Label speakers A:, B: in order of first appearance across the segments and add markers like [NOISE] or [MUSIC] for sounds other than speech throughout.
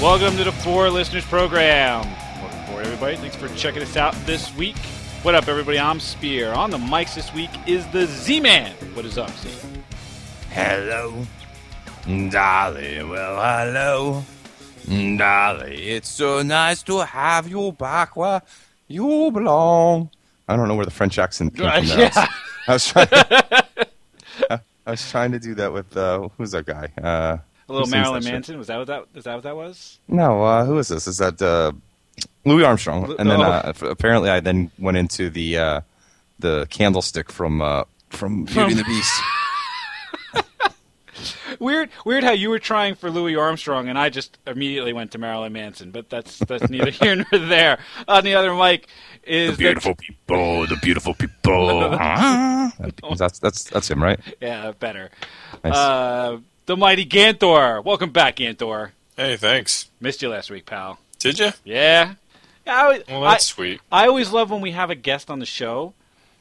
A: Welcome to the Four Listeners Program. Welcome forward, everybody. Thanks for checking us out this week. What up, everybody? I'm Spear. On the mics this week is the Z Man. What is up, Z?
B: Hello, Dolly. Well, hello, Dolly. It's so nice to have you back where you belong. I don't know where the French
A: [LAUGHS]
B: accent came from. There.
A: Yeah.
B: I, was, I was trying. To, [LAUGHS] I was trying to do that with uh, who's that guy? Uh,
A: A little
B: who sings
A: Marilyn
B: that shit?
A: Manson. Was that what that? Is that what that was?
B: No, uh, who is this? Is that uh, Louis Armstrong?
A: Lu-
B: and then
A: oh.
B: uh, f- apparently, I then went into the uh, the candlestick from uh, from Beauty
A: [LAUGHS]
B: and the Beast.
A: Weird, weird how you were trying for Louis Armstrong, and I just immediately went to Marilyn Manson. But that's that's neither [LAUGHS] here nor there. On the other mic is the-
B: people, the beautiful people. Ah. that's that's that's him, right?
A: [LAUGHS] yeah better.
B: Nice.
A: Uh, the mighty Gantor. Welcome back, Gantor.
C: Hey, thanks.
A: Missed you last week, pal.
C: Did you?
A: Yeah. I, always-
C: Well, that's sweet.
A: I, I always love when we have a guest on the show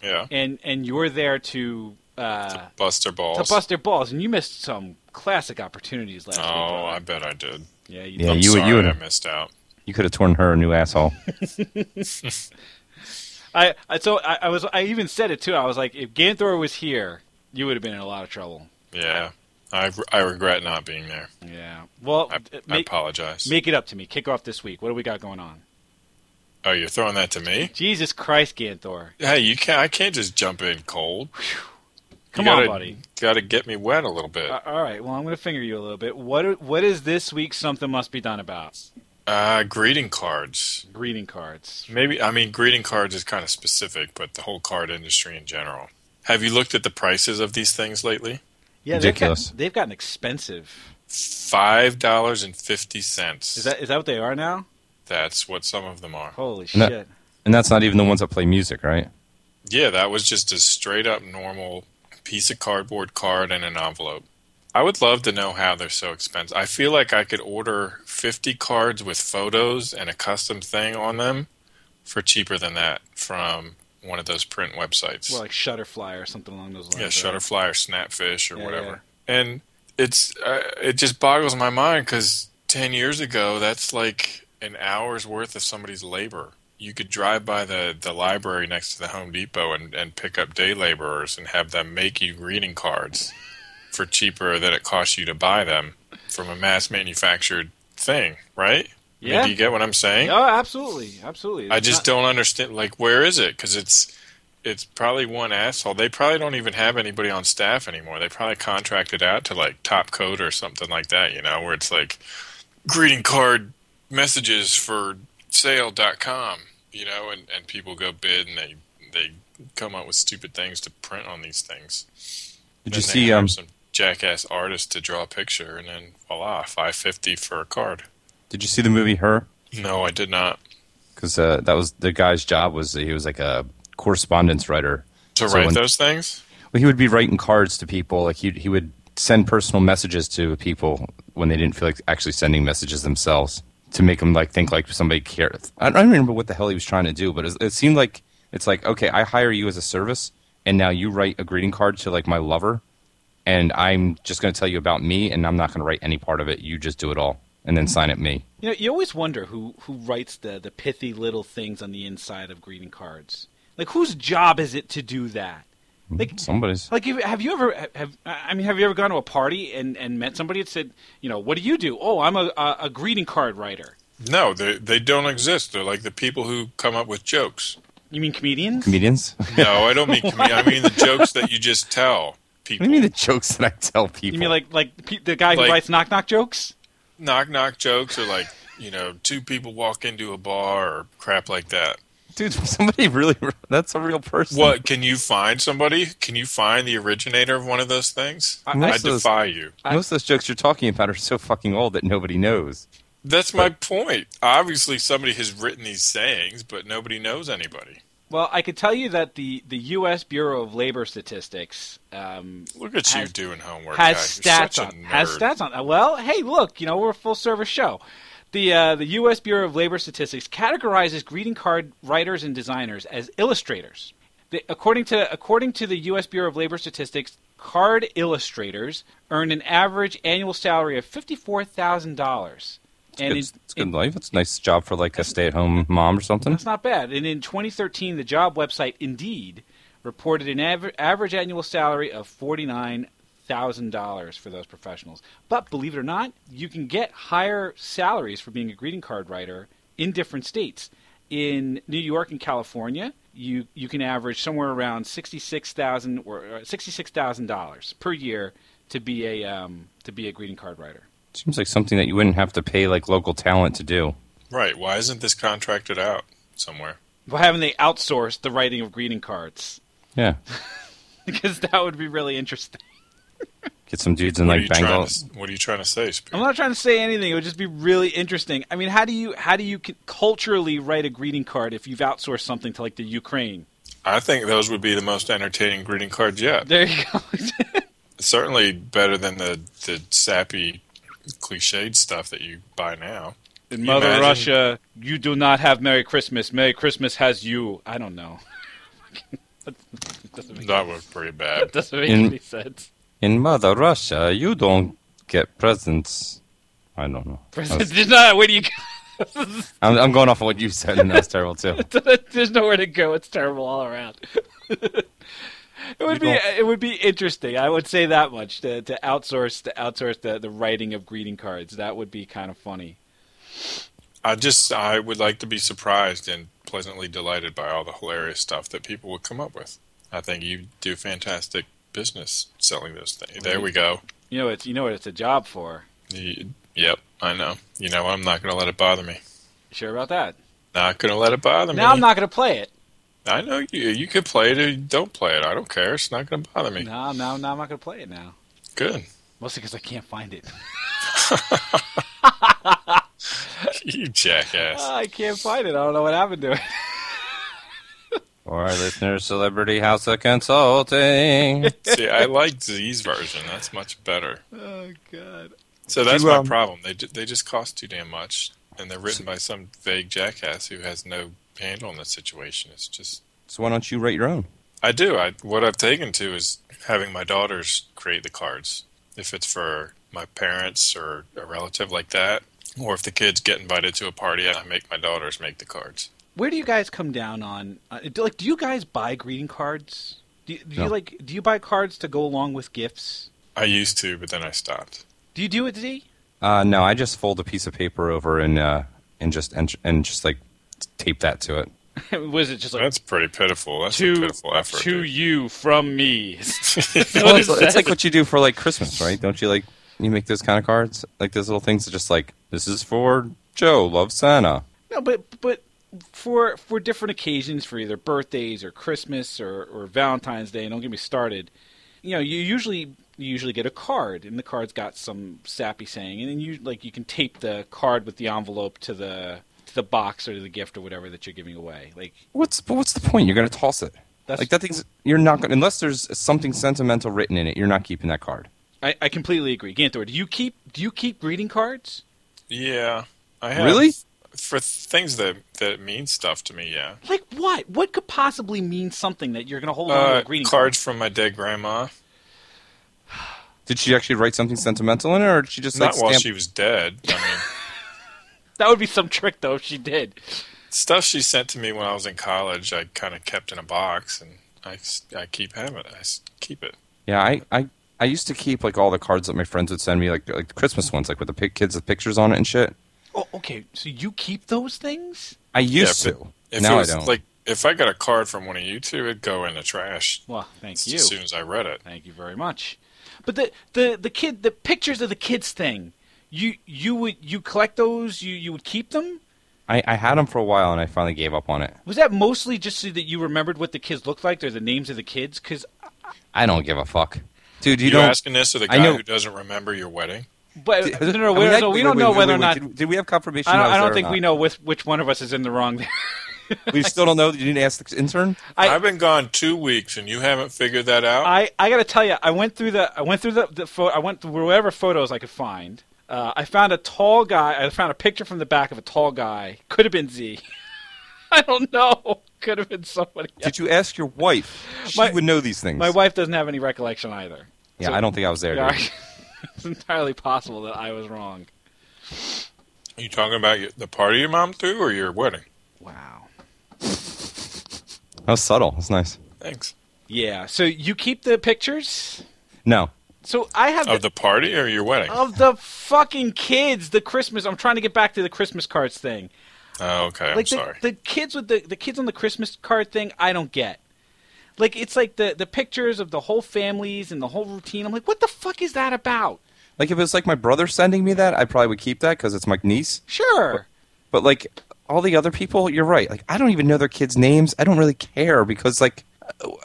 C: Yeah.
A: and, and you're there to uh,
C: Buster
A: to
C: balls.
A: bust their balls, and you missed some classic opportunities last
C: oh,
A: week. brother.
C: I bet I did.
A: yeah, you
B: Yeah,
A: did.
C: I'm
B: you-
C: sorry
B: you and-
C: I missed out.
B: you could have torn her a new asshole.
A: I, I so I, I was I even said it too. I was like, if Ganthor was here, you would have been in a lot of trouble.
C: Yeah. I, I regret not being there.
A: Yeah. Well,
C: I,
A: uh,
C: I
A: make,
C: apologize.
A: make it up to me. Kick off this week. What do we got going on?
C: oh, you're throwing that to me?
A: Jesus Christ, Ganthor!
C: Hey, you can't. I can't just jump in cold.
A: Come
C: you
A: on,
C: gotta,
A: buddy.
C: Got to get me wet a little bit.
A: Uh, all right. Well, I'm going to finger you a little bit. What are- What is this week? Something must be done about
C: Uh, greeting cards.
A: greeting cards.
C: Maybe. I mean, greeting cards is kind of specific, but the whole card industry in general. Have you looked at the prices of these things lately?
A: Yeah,
B: Ridiculous.
A: They've gotten, they've gotten expensive.
C: Five dollars and fifty cents.
A: Is that is that what they are now?
C: That's what some of them are.
A: Holy
B: No.
A: shit!
B: And that's not even the ones that play music, right?
C: Yeah, that was just a straight up normal piece of cardboard card and an envelope. I would love to know how they're so expensive. I feel like I could order 50 cards with photos and a custom thing on them for cheaper than that from one of those print websites.
A: Well, like Shutterfly or something along those lines.
C: yeah,
A: right?
C: Shutterfly or Snapfish or
A: Yeah,
C: whatever. And it's uh, it just boggles my mind cuz 10 years ago that's like an hour's worth of somebody's labor. You could drive by the, the library next to the Home Depot and, and pick up day laborers and have them make you greeting cards for cheaper than it costs you to buy them from a mass manufactured thing, right? I mean,
A: Yeah.
C: do you get what I'm saying?
A: Oh, absolutely, absolutely.
C: I
A: It's
C: just
A: not-
C: don't understand. Like, where is it? Because it's it's probably one asshole. They probably don't even have anybody on staff anymore. They probably contracted out to like Top Coat or something like that. You know, where it's like greeting card messages for sale.com, You know, and and people go bid and they they come up with stupid things to print on these things.
B: Did
C: Then
B: you
C: they
B: see?
C: hire
B: Um,
C: some jackass artist to draw a picture and then voila, five fifty for a card?
B: did you see the movie Her?
C: No, I did not.
B: Because uh, that was the guy's job was he was like a correspondence writer.
C: To
B: So
C: write
B: when-
C: those things?
B: Well, he would be writing cards to people. Like he he would send personal messages to people when they didn't feel like actually sending messages themselves to make them like think like somebody cared. I don't remember what the hell he was trying to do, but it, it seemed like it's like okay, I hire you as a service, and now you write a greeting card to like my lover, and I'm just going to tell you about me, and I'm not going to write any part of it. You just do it all, and then sign it me.
A: You know, you always wonder who who writes the the pithy little things on the inside of greeting cards. Like, whose job is it to do that? Like,
B: Somebody's
A: Like, if, have you ever have I mean, have you ever gone to a party and, and met somebody that said, you know, what do you do? Oh, I'm a a, a greeting card writer.
C: No, they they don't exist. They're like the people who come up with jokes.
A: You mean comedians?
B: comedians. [LAUGHS] what
C: No, I don't mean comedian. I mean the jokes that you just tell
B: do
C: people.
B: you mean the jokes that I tell people?
A: you mean like like pe- the guy who
C: Like-
A: writes knock knock jokes?
C: knock knock jokes or like you know two people walk into a bar or crap like that.
B: dude? Somebody really? [LAUGHS] That's a real person.
C: What can you find somebody? Can you find the originator of one of those things?
A: I-
C: I,
B: Most of those-
C: defy you.
B: Most of those jokes you're talking about are so fucking old that nobody knows.
C: That's my point. Obviously, somebody has written these sayings, but nobody knows anybody.
A: Well, I could tell you that the, the U.S. Bureau of Labor Statistics um,
C: Look at you
A: Has-
C: doing homework.
A: has
C: guy. You're
A: stats
C: such a
A: on has
C: nerd.
A: stats on. uh, Well, hey, look, you know we're a full service show. The uh, the U.S. Bureau of Labor Statistics categorizes greeting card writers and designers as illustrators. The, according to according to the U.S. Bureau of Labor Statistics, card illustrators earn an average annual salary of fifty four thousand dollars. And
B: it's,
A: in-
B: it's good
A: in-
B: life. It's a nice job for like a stay-at-home mom or something.
A: That's not bad. And in 2013, the job website Indeed reported an aver- average annual salary of $49,000 for those professionals. But believe it or not, you can get higher salaries for being a greeting card writer in different states. In New York and California, you, you can average somewhere around $66,000 or uh, $66,000 per year to be a um, to be a greeting card writer.
B: Seems like something that you wouldn't have to pay like local talent to do.
C: Right. Why isn't this contracted out somewhere?
A: Why haven't they outsourced the writing of greeting cards? [LAUGHS]
B: Yeah,
A: because that would be really interesting.
B: get some dudes in
C: What are
B: like
C: you trying
B: Bengal.
C: to, what are you trying to say, Spear?
A: I'm not trying to say anything. It would just be really interesting. I mean, how do you how do you c- culturally write a greeting card if you've outsourced something to like the Ukraine?
C: I think those would be the most entertaining greeting cards
A: [LAUGHS]
C: yet.
A: There you [LAUGHS] go.
C: Certainly better than the, the sappy, cliched stuff that you buy now.
A: In
C: you
A: Mother
C: imagine?
A: Russia, you do not have Merry Christmas. Merry Christmas has you. I don't know. doesn't make,
C: That was pretty bad.
A: [LAUGHS] doesn't make
B: In-
A: any sense.
B: In Mother Russia, you don't get presents. I don't know. I
A: [LAUGHS]
B: was-
A: There's not where do you
B: I'm, I'm going off of what you said, and that's terrible
A: [LAUGHS]
B: too.
A: go? [LAUGHS] There's nowhere to go. It's terrible all around. [LAUGHS] It would be
B: don't-
A: it would be interesting. I would say that much to, to outsource to outsource the, the writing of greeting cards. That would be kind of funny.
C: I just I would like to be surprised and pleasantly delighted by all the hilarious stuff that people would come up with. I think you do fantastic business selling those things. There we go.
A: You know it's you know what it's a job for.
C: Y- Yep, I know. You know, I'm not going to let it bother me.
A: You sure about that?
C: Not going to let it bother me.
A: now I'm not going to play it.
C: I know you. You could play it or you don't play it. I don't care. It's not going to bother me.
A: No, no, no, I'm not going to play it now.
C: Good. [LAUGHS]
A: Mostly because I can't find [LAUGHS] it. [LAUGHS]
C: You jackass.
A: I can't find it. I don't know what happened to it. [LAUGHS]
B: All right, listeners, celebrity house of consulting.
C: See, I like Z's version. That's much better.
A: Oh God.
C: So that's
B: You,
C: my
B: um,
C: problem. They ju- they just cost too damn much, and they're written by some vague jackass who has no handle on the situation. It's just
B: So why don't you write your own?
C: I do. I what I've taken to is having my daughters create the cards. If it's for my parents or a relative like that, or if the kids get invited to a party, I make my daughters make the cards.
A: Where do you guys come down on? Uh, do, like, do you guys buy greeting cards? Do, do
B: No.
A: you like? Do you buy cards to go along with gifts?
C: I used to, but then I stopped.
A: Do you do it, Z?
B: Uh, no, I just fold a piece of paper over and uh, and just and, and just like tape that to it.
A: [LAUGHS] Was it just like
C: That's pretty pitiful. That's a
A: to
C: pitiful effort.
A: to
C: dude.
A: you from me? [LAUGHS]
C: [LAUGHS]
B: Well, it's, it's like what you do for like Christmas, right? Don't you like you make those kind of cards, like those little things that just like this is for Joe, love Santa.
A: No, but but for for different occasions, for either birthdays or Christmas or, or Valentine's Day, don't get me started. You know, you usually you usually get a card, and the card's got some sappy saying, and then you like you can tape the card with the envelope to the to the box or to the gift or whatever that you're giving away. Like
B: What's but what's the point? You're gonna toss it.
A: That's-
B: like that thing's you're not gonna unless there's something sentimental written in it. You're not keeping that card.
A: I, I completely agree, Ganthor. Do you keep do you keep greeting cards?
C: yeah, I have.
B: Really?
C: for things that that mean stuff to me. Yeah,
A: Like what? What could possibly mean something that you're going to hold on to
C: uh,
A: a greeting card?
C: cards from my dead grandma.
B: Did she actually write something sentimental in it, or did she just like
C: Not while
B: stamp-
C: she was dead. I mean,
B: [LAUGHS]
A: That would be some trick, though, if she did.
C: stuff she sent to me when I was in college, I kind of kept in a box, and I, s- I keep having it. I s- keep it.
B: Yeah, I, I I used to keep like all the cards that my friends would send me, like like the Christmas ones, like with the pic- kids with pictures on it and shit.
A: Oh, okay. So you keep those things?
B: I used
C: Yeah, but
B: to.
C: If
B: now
C: it
B: I
C: was,
B: don't.
C: Like if I got a card from one of you two, it'd go in the trash
A: Well, thank
C: as
A: you.
C: soon as I read it.
A: Thank you very much. But the the the kid the pictures of the kids thing, you you would you collect those? You you would keep them?
B: I, I had them for a while and I finally gave up on it.
A: Was that mostly just so that you remembered what the kids looked like or the names of the kids? Because
B: I don't give a fuck, dude. You
C: You are
B: don't.
C: asking this to the
B: I
C: guy
B: know-
C: who doesn't remember your wedding?
A: but
B: Did-
A: no, no,
B: I mean,
A: we-
B: I-
A: no, we
B: wait,
A: don't
B: wait,
A: know
B: wait,
A: whether
B: wait,
A: or not.
B: Did, did we have
A: I
B: confirmation? that
A: don't,
B: was
A: I don't
B: there or
A: think we
B: not?
A: know with which one of us is in the wrong. There.
B: We still don't know. You didn't ask the intern.
A: I-
C: I've been gone two weeks, and you haven't figured that out.
A: I, I gotta tell you, I went through the I went through the, the pho- I went through whatever photos I could find. Uh, I found a tall guy. I found a picture from the back of a tall guy. Could have been Z. [LAUGHS] I don't know. Could have been somebody. Else.
B: Did you ask your wife? She
A: My-
B: would know these things.
A: My wife doesn't have any recollection either.
B: Yeah,
A: so- [LAUGHS]
B: I don't think I was there.
A: Yeah,
B: dude.
A: it's entirely possible that I was wrong.
C: you talking about your- the party your mom threw or your wedding?
A: Wow.
B: That was subtle. That's nice.
C: Thanks.
A: Yeah. So you keep the pictures.
B: No,
A: So I have
C: Of the party or your wedding?
A: of the fucking kids. The Christmas. I'm trying to get back to the Christmas cards thing.
C: Oh, okay. I'm
A: like the,
C: sorry.
A: the kids with the the kids on the Christmas card thing, I don't get. Like it's like the the pictures of the whole families and the whole routine. I'm like, what the fuck is that about?
B: like if it was like my brother sending me that, I probably would keep that because it's my niece.
A: Sure,
B: But like all the other people, you're right. Like I don't even know their kids' names. I don't really care because like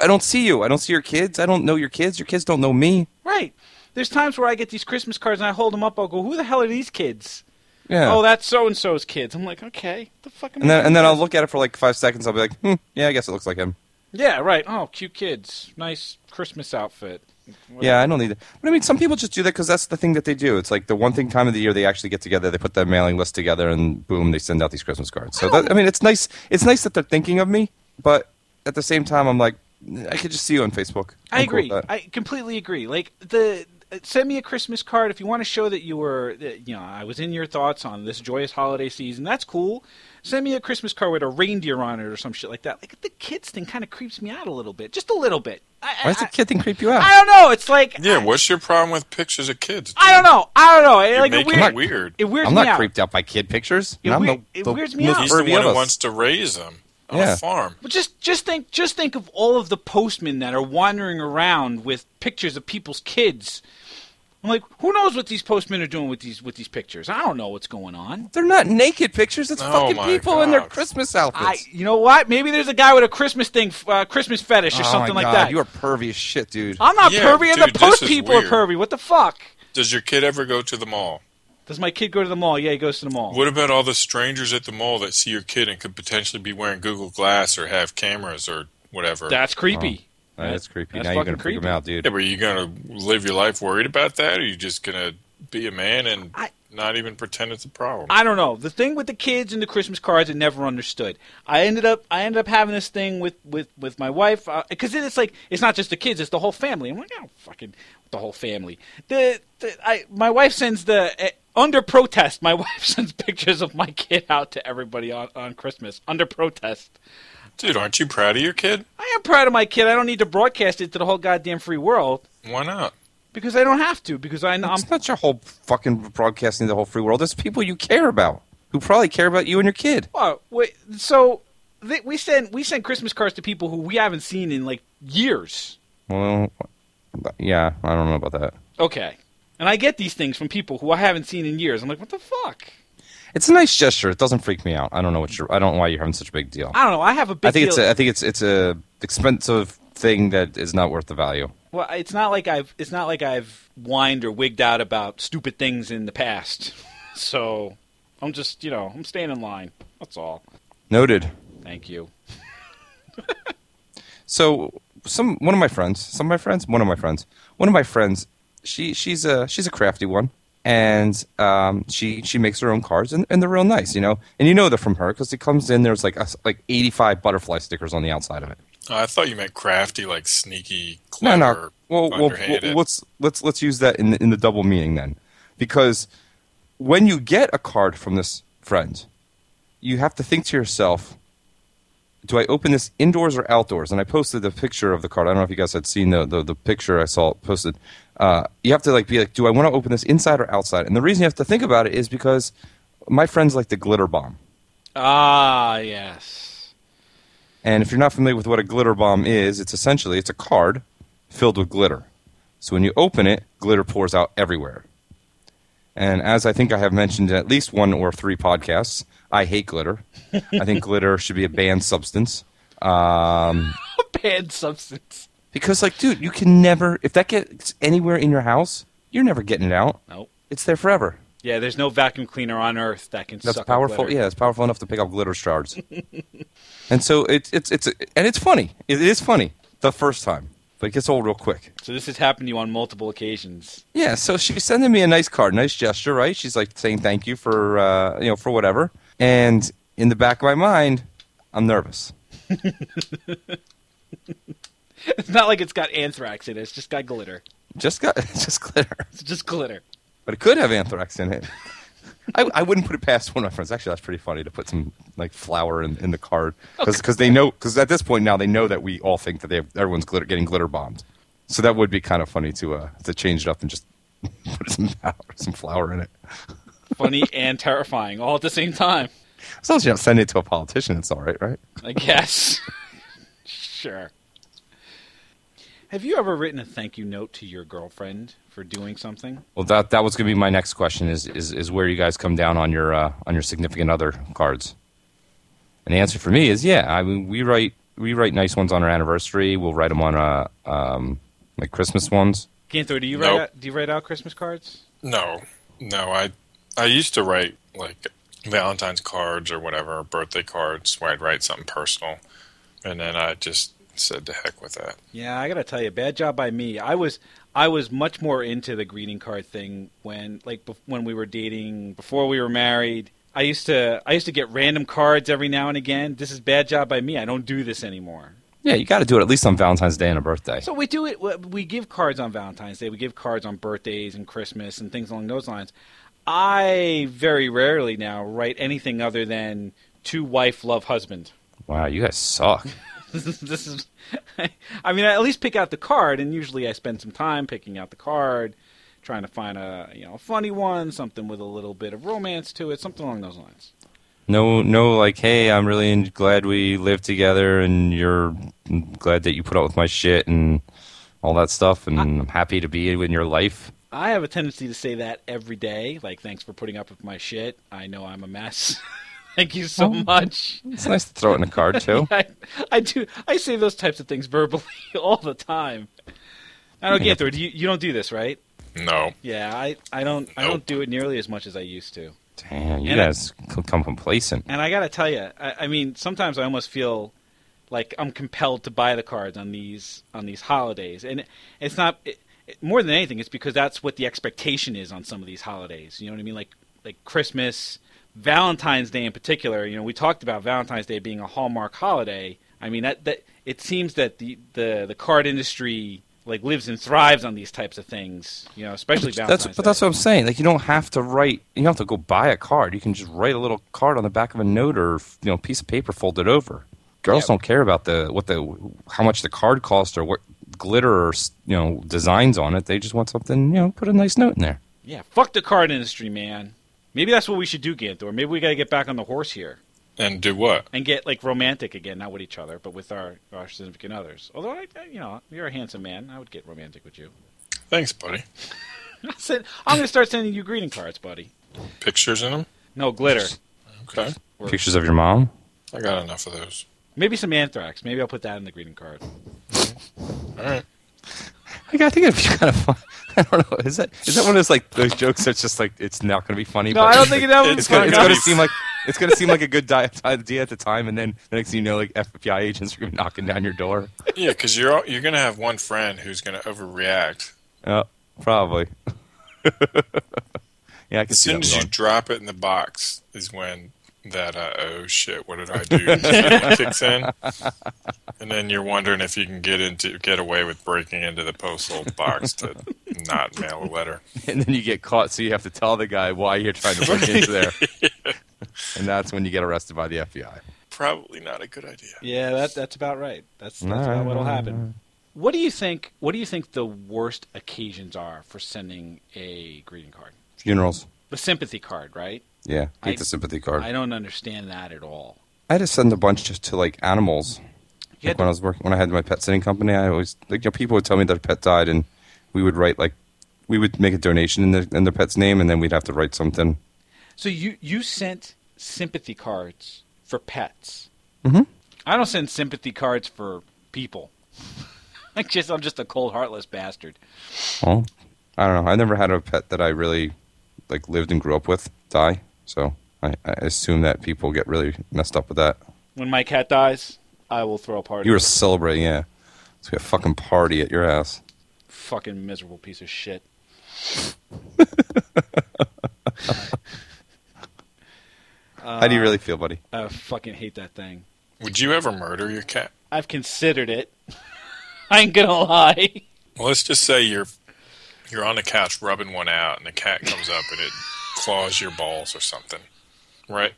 B: I don't see you. I don't see your kids. I don't know your kids. Your kids don't know me.
A: right. There's times where I get these Christmas cards and I hold them up. I'll go, who the hell are these kids?
B: Yeah.
A: Oh, that's so and so's kids. I'm like, okay, the fuck. am
B: and
A: I
B: then
A: doing
B: and then
A: this?
B: I'll look at it for like five seconds. I'll be like, hmm, yeah, I guess it looks like him.
A: Yeah, right. Oh, cute kids, nice Christmas outfit.
B: Yeah, I don't need it. But I mean, some people just do that because that's the thing that they do. It's like the one thing time of the year they actually get together, they put their mailing list together, and boom, they send out these Christmas cards. So that, I mean, it's nice. It's nice that they're thinking of me, but at the same time, I'm like, I could just see you on Facebook.
A: I
B: I'm cool
A: agree.
B: with that.
A: I completely agree. Like the send me a Christmas card if you want to show that you were that, you know I was in your thoughts on this joyous holiday season. That's cool. Send me a Christmas card with a reindeer on it or some shit like that. Like the kids thing kind of creeps me out a little bit, just a little bit. I,
B: Why does the
A: I,
B: kid thing creep you out?
A: I don't know. It's like
C: yeah,
A: I,
C: what's your problem with pictures of kids?
A: I don't know. I don't know. It,
C: You're
A: like it
C: making
A: weird.
C: it weird.
A: It weirds
B: I'm
A: me
B: not
A: out.
B: creeped out by kid pictures.
A: It
B: And I'm
A: weir-
B: the,
A: it
B: the
A: weirds me out.
C: He's the
B: pervy
C: one
B: of
C: who
B: us.
C: wants to raise them on
B: Yeah.
C: a farm.
A: Well, just just think just think of all of the postmen that are wandering around with pictures of people's kids. I'm like, who knows what these postmen are doing with these with these pictures? I don't know what's going on.
B: They're not naked pictures. It's
C: Oh
B: fucking
C: my
B: people in their
C: God.
B: Christmas
A: I,
B: outfits.
A: you know what? Maybe there's a guy with a Christmas thing, uh, Christmas fetish or
B: oh
A: something
B: my
A: like
B: God,
A: that.
B: You are pervy as shit, dude.
A: I'm not
C: Yeah,
A: pervy, and
C: dude,
A: the
C: this
A: post
C: is
A: people
C: weird.
A: are pervy. What the fuck?
C: Does your kid ever go to the mall?
A: Does my kid go to the mall? Yeah, he goes to the mall.
C: What about all the strangers at the mall that see your kid and could potentially be wearing Google Glass or have cameras or whatever?
A: That's creepy.
B: Oh, That is creepy.
A: That's
B: now you're
A: fucking
B: gonna freak 'em
A: creepy.
B: out, dude.
C: yeah, but are you going to live your life worried about that? Or are you just going to be a man and
A: I-
C: not even pretend it's a problem?
A: I don't know. The thing with the kids and the Christmas cards, I never understood. I ended up, I ended up having this thing with with with my wife because then it's like it's not just the kids; it's the whole family. I'm like, oh fucking the whole family. The, the I my wife sends the uh, under protest. My [LAUGHS] wife sends pictures of my kid out to everybody on on Christmas under protest.
C: Dude, aren't you proud of your kid?
A: I am proud of my kid. I don't need to broadcast it to the whole goddamn free world
C: Why not?
A: because I don't have to. Because I, I'm
B: It's not your whole fucking broadcasting to the whole free world. It's people you care about who probably care about you and your kid.
A: Well, wait, so th- we send we send Christmas cards to people who we haven't seen in like years.
B: Well, yeah, I don't know about that.
A: Okay, and I get these things from people who I haven't seen in years. I'm like, what the fuck?
B: It's a nice gesture. It doesn't freak me out. I don't know what you're. I don't know why you're having such a big deal.
A: I don't know. I have a big.
B: I think it's.
A: deal-
B: A, I think it's. It's a expensive thing that is not worth the value.
A: well, it's not like I've it's not like I've whined or wigged out about stupid things in the past. [LAUGHS] so I'm just you know I'm staying in line. That's all.
B: Noted.
A: Thank you.
B: So some one of my friends, some of my friends, one of my friends, one of my friends, she she's a she's a crafty one, and um, she she makes her own cards, and, and they're real nice, you know. And you know they're from her because it comes in. There's like a, like 85 butterfly stickers on the outside of it.
C: Oh, I thought you meant crafty, like sneaky,
B: No,
C: clever,
B: no. Well, well,
C: underhanded.
B: well, let's let's let's use that in the, in the double meaning then, because when you get a card from this friend, you have to think to yourself, do I open this indoors or outdoors? And I posted the picture of the card. I don't know if you guys had seen the the, the picture I saw posted. Uh, you have to like be like, do I want to open this inside or outside? And the reason you have to think about it is because my friends like the glitter bomb.
A: Ah, yes. [LAUGHS]
B: And if you're not familiar with what a glitter bomb is, it's essentially it's a card filled with glitter. So when you open it, glitter pours out everywhere. And as I think I have mentioned in at least one or three podcasts, I hate glitter. I think glitter should be a banned substance. Um,
A: Banned substance.
B: because like dude, you can never if that gets anywhere in your house, you're never getting it out.
A: Nope.
B: It's there forever.
A: Yeah, there's no vacuum cleaner on earth that can
B: That's
A: suck up
B: powerful.
A: glitter.
B: Yeah, it's powerful enough to pick up glitter shards. [LAUGHS] and so it's it's it's and it's funny. It is funny the first time, but it gets old real quick.
A: So this has happened to you on multiple occasions. [LAUGHS]
B: Yeah. So she's sending me a nice card, nice gesture, right? She's like saying thank you for uh, you know for whatever. And in the back of my mind, I'm nervous.
A: It's not like it's got anthrax in it. It's just got glitter.
B: Just got [LAUGHS] just glitter,
A: It's just glitter.
B: but it [LAUGHS] could have anthrax in it. I, I wouldn't put it past one of my friends. Actually, that's pretty funny to put some like flour in, in the card because they know because at this point now they know that we all think that they have, everyone's glitter, getting glitter bombed. So that would be kind of funny to uh, to change it up and just [LAUGHS] put some flour, some flour in it.
A: Funny and terrifying all at the same time.
B: As long as you don't send it to a politician, it's all right, right?
A: I guess. sure. Have you ever written a thank you note to your girlfriend for doing something?
B: Well, that that was going to be my next question is is, is where you guys come down on your uh, on your significant other cards. And the answer for me is yeah. I mean, we write we write nice ones on our anniversary. We'll write them on uh, um, like Christmas ones.
A: Gantho, do you
C: Nope.
A: write out, do you write out Christmas cards?
C: No, no. I I used to write like Valentine's cards or whatever, birthday cards, where I'd write something personal, and then I just said to heck with that.
A: Yeah, I gotta tell you, bad job by me. I was I was much more into the greeting card thing when like bef- when we were dating, before we were married. I used to I used to get random cards every now and again. This is bad job by me. I don't do this anymore.
B: Yeah, you got to do it at least on Valentine's Day and a birthday.
A: So we do it. We give cards on Valentine's Day. We give cards on birthdays and Christmas and things along those lines. I very rarely now write anything other than to wife, love, husband.
B: Wow, you guys suck.
A: this is. [LAUGHS] I mean, I at least pick out the card, and usually I spend some time picking out the card, trying to find a you know a funny one, something with a little bit of romance to it, something along those lines.
B: No, no, like, hey, I'm really in- glad we live together, and you're glad that you put up with my shit and all that stuff, and I, am happy to be in your life.
A: I have a tendency to say that every day, like thanks for putting up with my shit. I know I'm a mess. [LAUGHS] Thank you so much. [LAUGHS]
B: It's nice to throw it in a card too.
A: I, I do. I say those types of things verbally [LAUGHS] all the time. I don't get through. You you don't do this, right?
C: No,
A: Yeah, I, I don't I don't do it nearly as much as I used to.
B: Damn, you
A: And I-
B: guys c- come complacent.
A: And I gotta tell you, I, I mean, sometimes I almost feel like I'm compelled to buy the cards on these on these holidays, and it's not it, it- more than anything. It's because that's what the expectation is on some of these holidays. You know what I mean? Like like Christmas, Valentine's Day in particular. You know, we talked about Valentine's Day being a hallmark holiday. I mean, that, that it seems that the, the the card industry like lives and thrives on these types of things. You know, especially Valentine's.
B: That's but that's
A: Day.
B: what I'm saying. Like, you don't have to write. You don't have to go buy a card. You can just write a little card on the back of a note or you know, piece of paper folded over. Girls
A: Yeah.
B: don't care about the what the how much the card cost or what glitter or s- you know designs on it. They just want something. You know, put a nice note in there.
A: Yeah, fuck the card industry, man. Maybe that's what we should do, Ganthor. Maybe we got to get back on the horse here
C: and do what?
A: and get like romantic again, not with each other, but with our, our significant others. Although I, I- you know, you're a handsome man. I would get romantic with you. [LAUGHS]
C: Thanks, buddy.
A: I said, I'm gonna start sending you greeting cards, buddy.
C: Pictures in them.
A: No glitter.
C: Okay,
A: Or-
B: Pictures of your mom.
C: I got enough of those.
A: Maybe some anthrax. Maybe I'll put that in the greeting card.
C: All right.
B: Like, I think it'd be [LAUGHS] kind of fun. I don't know. Is that is that one of those like those jokes that's just like it's not going to be funny?
A: No, I don't
B: [LAUGHS]
A: think that
C: would
A: would.
C: be
B: it's gonna,
C: funny.
B: it's gonna
C: Funny.
B: seem like it's gonna seem like a good di- idea at the time, and then the next thing you know, like FBI agents are gonna be knocking down your door.
C: Yeah, because you're all- you're gonna have one friend who's gonna overreact.
B: Yeah, probably. [LAUGHS] yeah, I can
C: As
B: see
C: soon
B: that
C: as you
B: one.
C: drop it in the box is when that uh, oh shit, what did I do kicks in, and then you're wondering if you can get into get away with breaking into the postal box to not mail a letter.
B: and then you get caught, so you have to tell the guy why you're trying to break into [LAUGHS] there, and that's when you get arrested by the FBI.
C: Probably not a good idea.
A: Yeah, that, that's about right. That's, that's
B: Alright,
A: about what'll
B: alright,
A: happen. What do you think? What do you think the worst occasions are for sending a greeting card?
B: Funerals.
A: The sympathy card, right?
B: Yeah, hate
A: I-
B: the sympathy card.
A: I don't understand that at all.
B: I had to send a bunch just to like animals.
A: You had
B: Like when I
A: to,
B: was working, when I had my pet sitting company, I always like you know, people would tell me that a pet died, and we would write like we would make a donation in the in the pet's name, and then we'd have to write something.
A: so you you sent sympathy cards for pets.
B: Mhm.
A: I don't send sympathy cards for people. [LAUGHS] I just I'm just a cold heartless bastard.
B: Well, I don't know. I never had a pet that I really like lived and grew up with die, so I, I assume that people get really messed up with that.
A: When my cat dies, I will throw a party.
B: You were celebrating, yeah. It's gonna be a fucking party at your house.
A: fucking miserable piece of shit.
B: [LAUGHS] How do you really feel, buddy?
A: Uh, I fucking hate that thing.
C: Would you ever murder your cat?
A: I've considered it. [LAUGHS] I ain't gonna lie.
C: Well, let's just say you're you're on the couch rubbing one out, and the cat comes up and it claws your balls or something, right?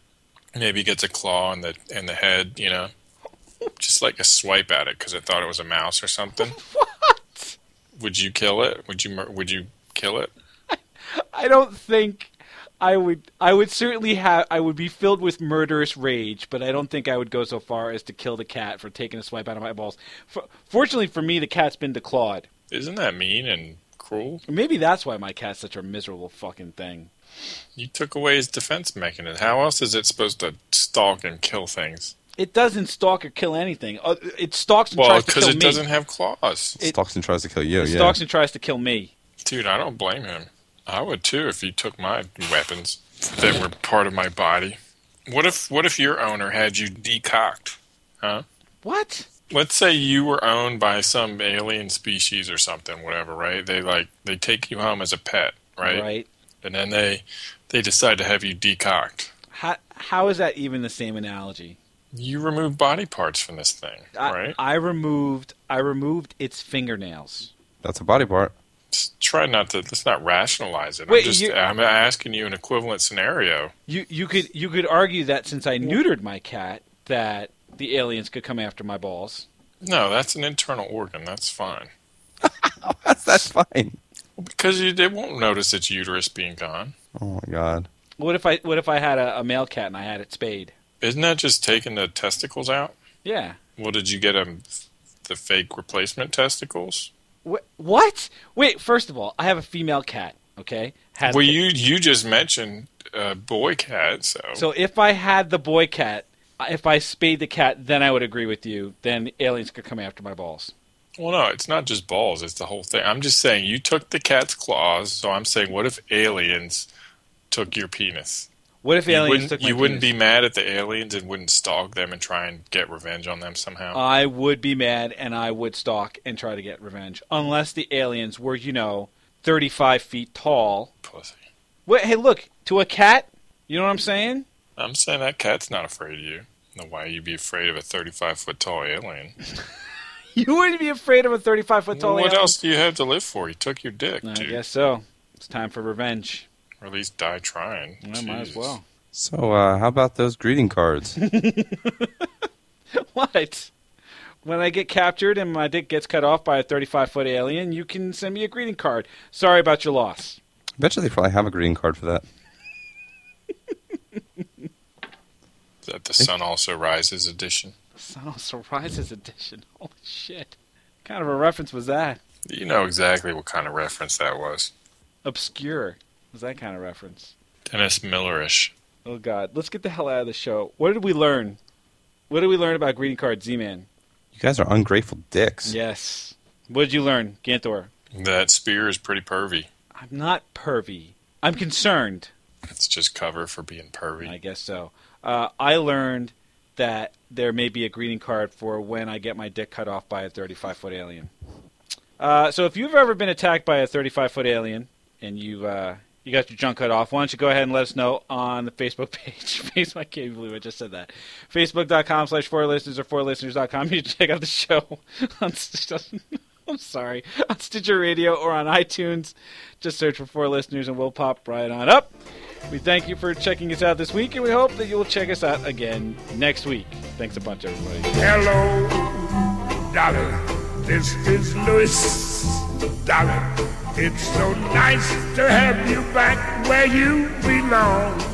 C: Maybe it gets a claw in the in the head, you know, just like a swipe at it because it thought it was a mouse or something.
A: [LAUGHS] What?
C: Would you kill it? Would you mur- would you kill it?
A: I don't think I would. I would certainly have. I would be filled with murderous rage, but I don't think I would go so far as to kill the cat for taking a swipe out of my balls. For, fortunately for me, the cat's been declawed.
C: Isn't that mean and cruel?
A: Maybe that's why my cat's such a miserable fucking thing.
C: You took away his defense mechanism. How else is it supposed to stalk and kill things?
A: It doesn't stalk or kill anything. Uh, It stalks and
C: Well,
A: tries to kill
C: because
A: me.
C: it doesn't have claws.
A: It-
B: Stalks and tries to kill you.
A: It
B: yeah.
A: stalks and tries to kill me.
C: Dude, I don't blame him. I would too if you took my weapons that were part of my body. What if what if your owner had you decocked? Huh?
A: What?
C: Let's say you were owned by some alien species or something, whatever, right? They like they take you home as a pet, right? And then they they decide to have you decocked.
A: How, how is that even the same analogy?
C: You remove body parts from this thing,
A: I,
C: right?
A: I removed. I removed its fingernails.
B: That's a body part. [LAUGHS]
C: Just try not to let's not rationalize it.
A: Wait,
C: I'm just
A: you-
C: I'm asking you an equivalent scenario.
A: You you could you could argue that since I neutered my cat, that the aliens could come after my balls.
C: No, that's an internal organ. That's fine.
B: That's that's fine.
C: Because you, they won't notice its uterus being gone.
B: Oh my god.
A: What if I what if I had a, a male cat and I had it spayed?
C: Isn't that just taking the testicles out?
A: Yeah.
C: Well, did you get um the fake replacement testicles?
A: Wh- what? Wait. First of all, I have a female cat. Okay. Had
C: well,
A: the-
C: you you just mentioned uh, boy cat, so,
A: So if I had the boy cat, uh, if I spayed the cat, then I would agree with you. Then aliens could come after my balls.
C: well, no, it's not just balls; it's the whole thing. I'm just saying you took the cat's claws, so I'm saying what if aliens took your penis?
A: What if
C: You
A: aliens
C: wouldn't,
A: took my
C: you wouldn't
A: penis?
C: be mad at the aliens and wouldn't stalk them and try and get revenge on them somehow.
A: I would be mad and I would stalk and try to get revenge, unless the aliens were, you know, thirty-five feet tall.
C: Pussy.
A: Wait, hey, look to a cat. You know what I'm saying?
C: I'm saying that cat's not afraid of you. Now, Why you'd be afraid of a 35 foot tall alien?
A: [LAUGHS] You wouldn't be afraid of a thirty-five foot tall.
C: Well, what
A: alien?
C: else do you have to live for? You took your dick,
A: I
C: dude.
A: guess so. It's time for revenge.
C: Or at least die trying.
A: I might as
C: Jesus.
A: well.
B: So uh, how about those greeting [LAUGHS] cards?
A: [LAUGHS] What? When I get captured and my dick gets cut off by a 35 foot alien, you can send me a greeting card. Sorry about your loss.
B: bet you they probably have a greeting card for that.
C: Is that the Sun Also Rises edition?
A: Sound of Surprises Edition. [LAUGHS] Holy shit. What kind of a reference was that?
C: You know exactly what kind of reference that was.
A: Obscure. Was that kind of reference?
C: Dennis Millerish.
A: Oh, God. Let's get the hell out of the show. What did we learn? What did we learn about greeting cards, Z Man?
B: You guys are ungrateful dicks.
A: Yes. What did you learn, Gantor?
C: That spear is pretty pervy.
A: I'm not pervy. I'm concerned.
C: It's just cover for being pervy.
A: I guess so. Uh, I learned that there may be a greeting card for when I get my dick cut off by a 35 foot alien. Uh, so if you've ever been attacked by a 35 foot alien and you uh, you got your junk cut off, why don't you go ahead and let us know on the Facebook [LAUGHS] page? Facebook, I can't believe I just said that. Facebook.com slash four listeners or four listeners.com. You can check out the show [LAUGHS] on. [LAUGHS] I'm sorry. On Stitcher Radio or on iTunes. Just search for Four Listeners and we'll pop right on up. We thank you for checking us out this week, and we hope that you'll check us out again next week. Thanks a bunch, everybody.
D: Hello, Dolly. This is Louis. Dolly, it's so nice to have you back where you belong.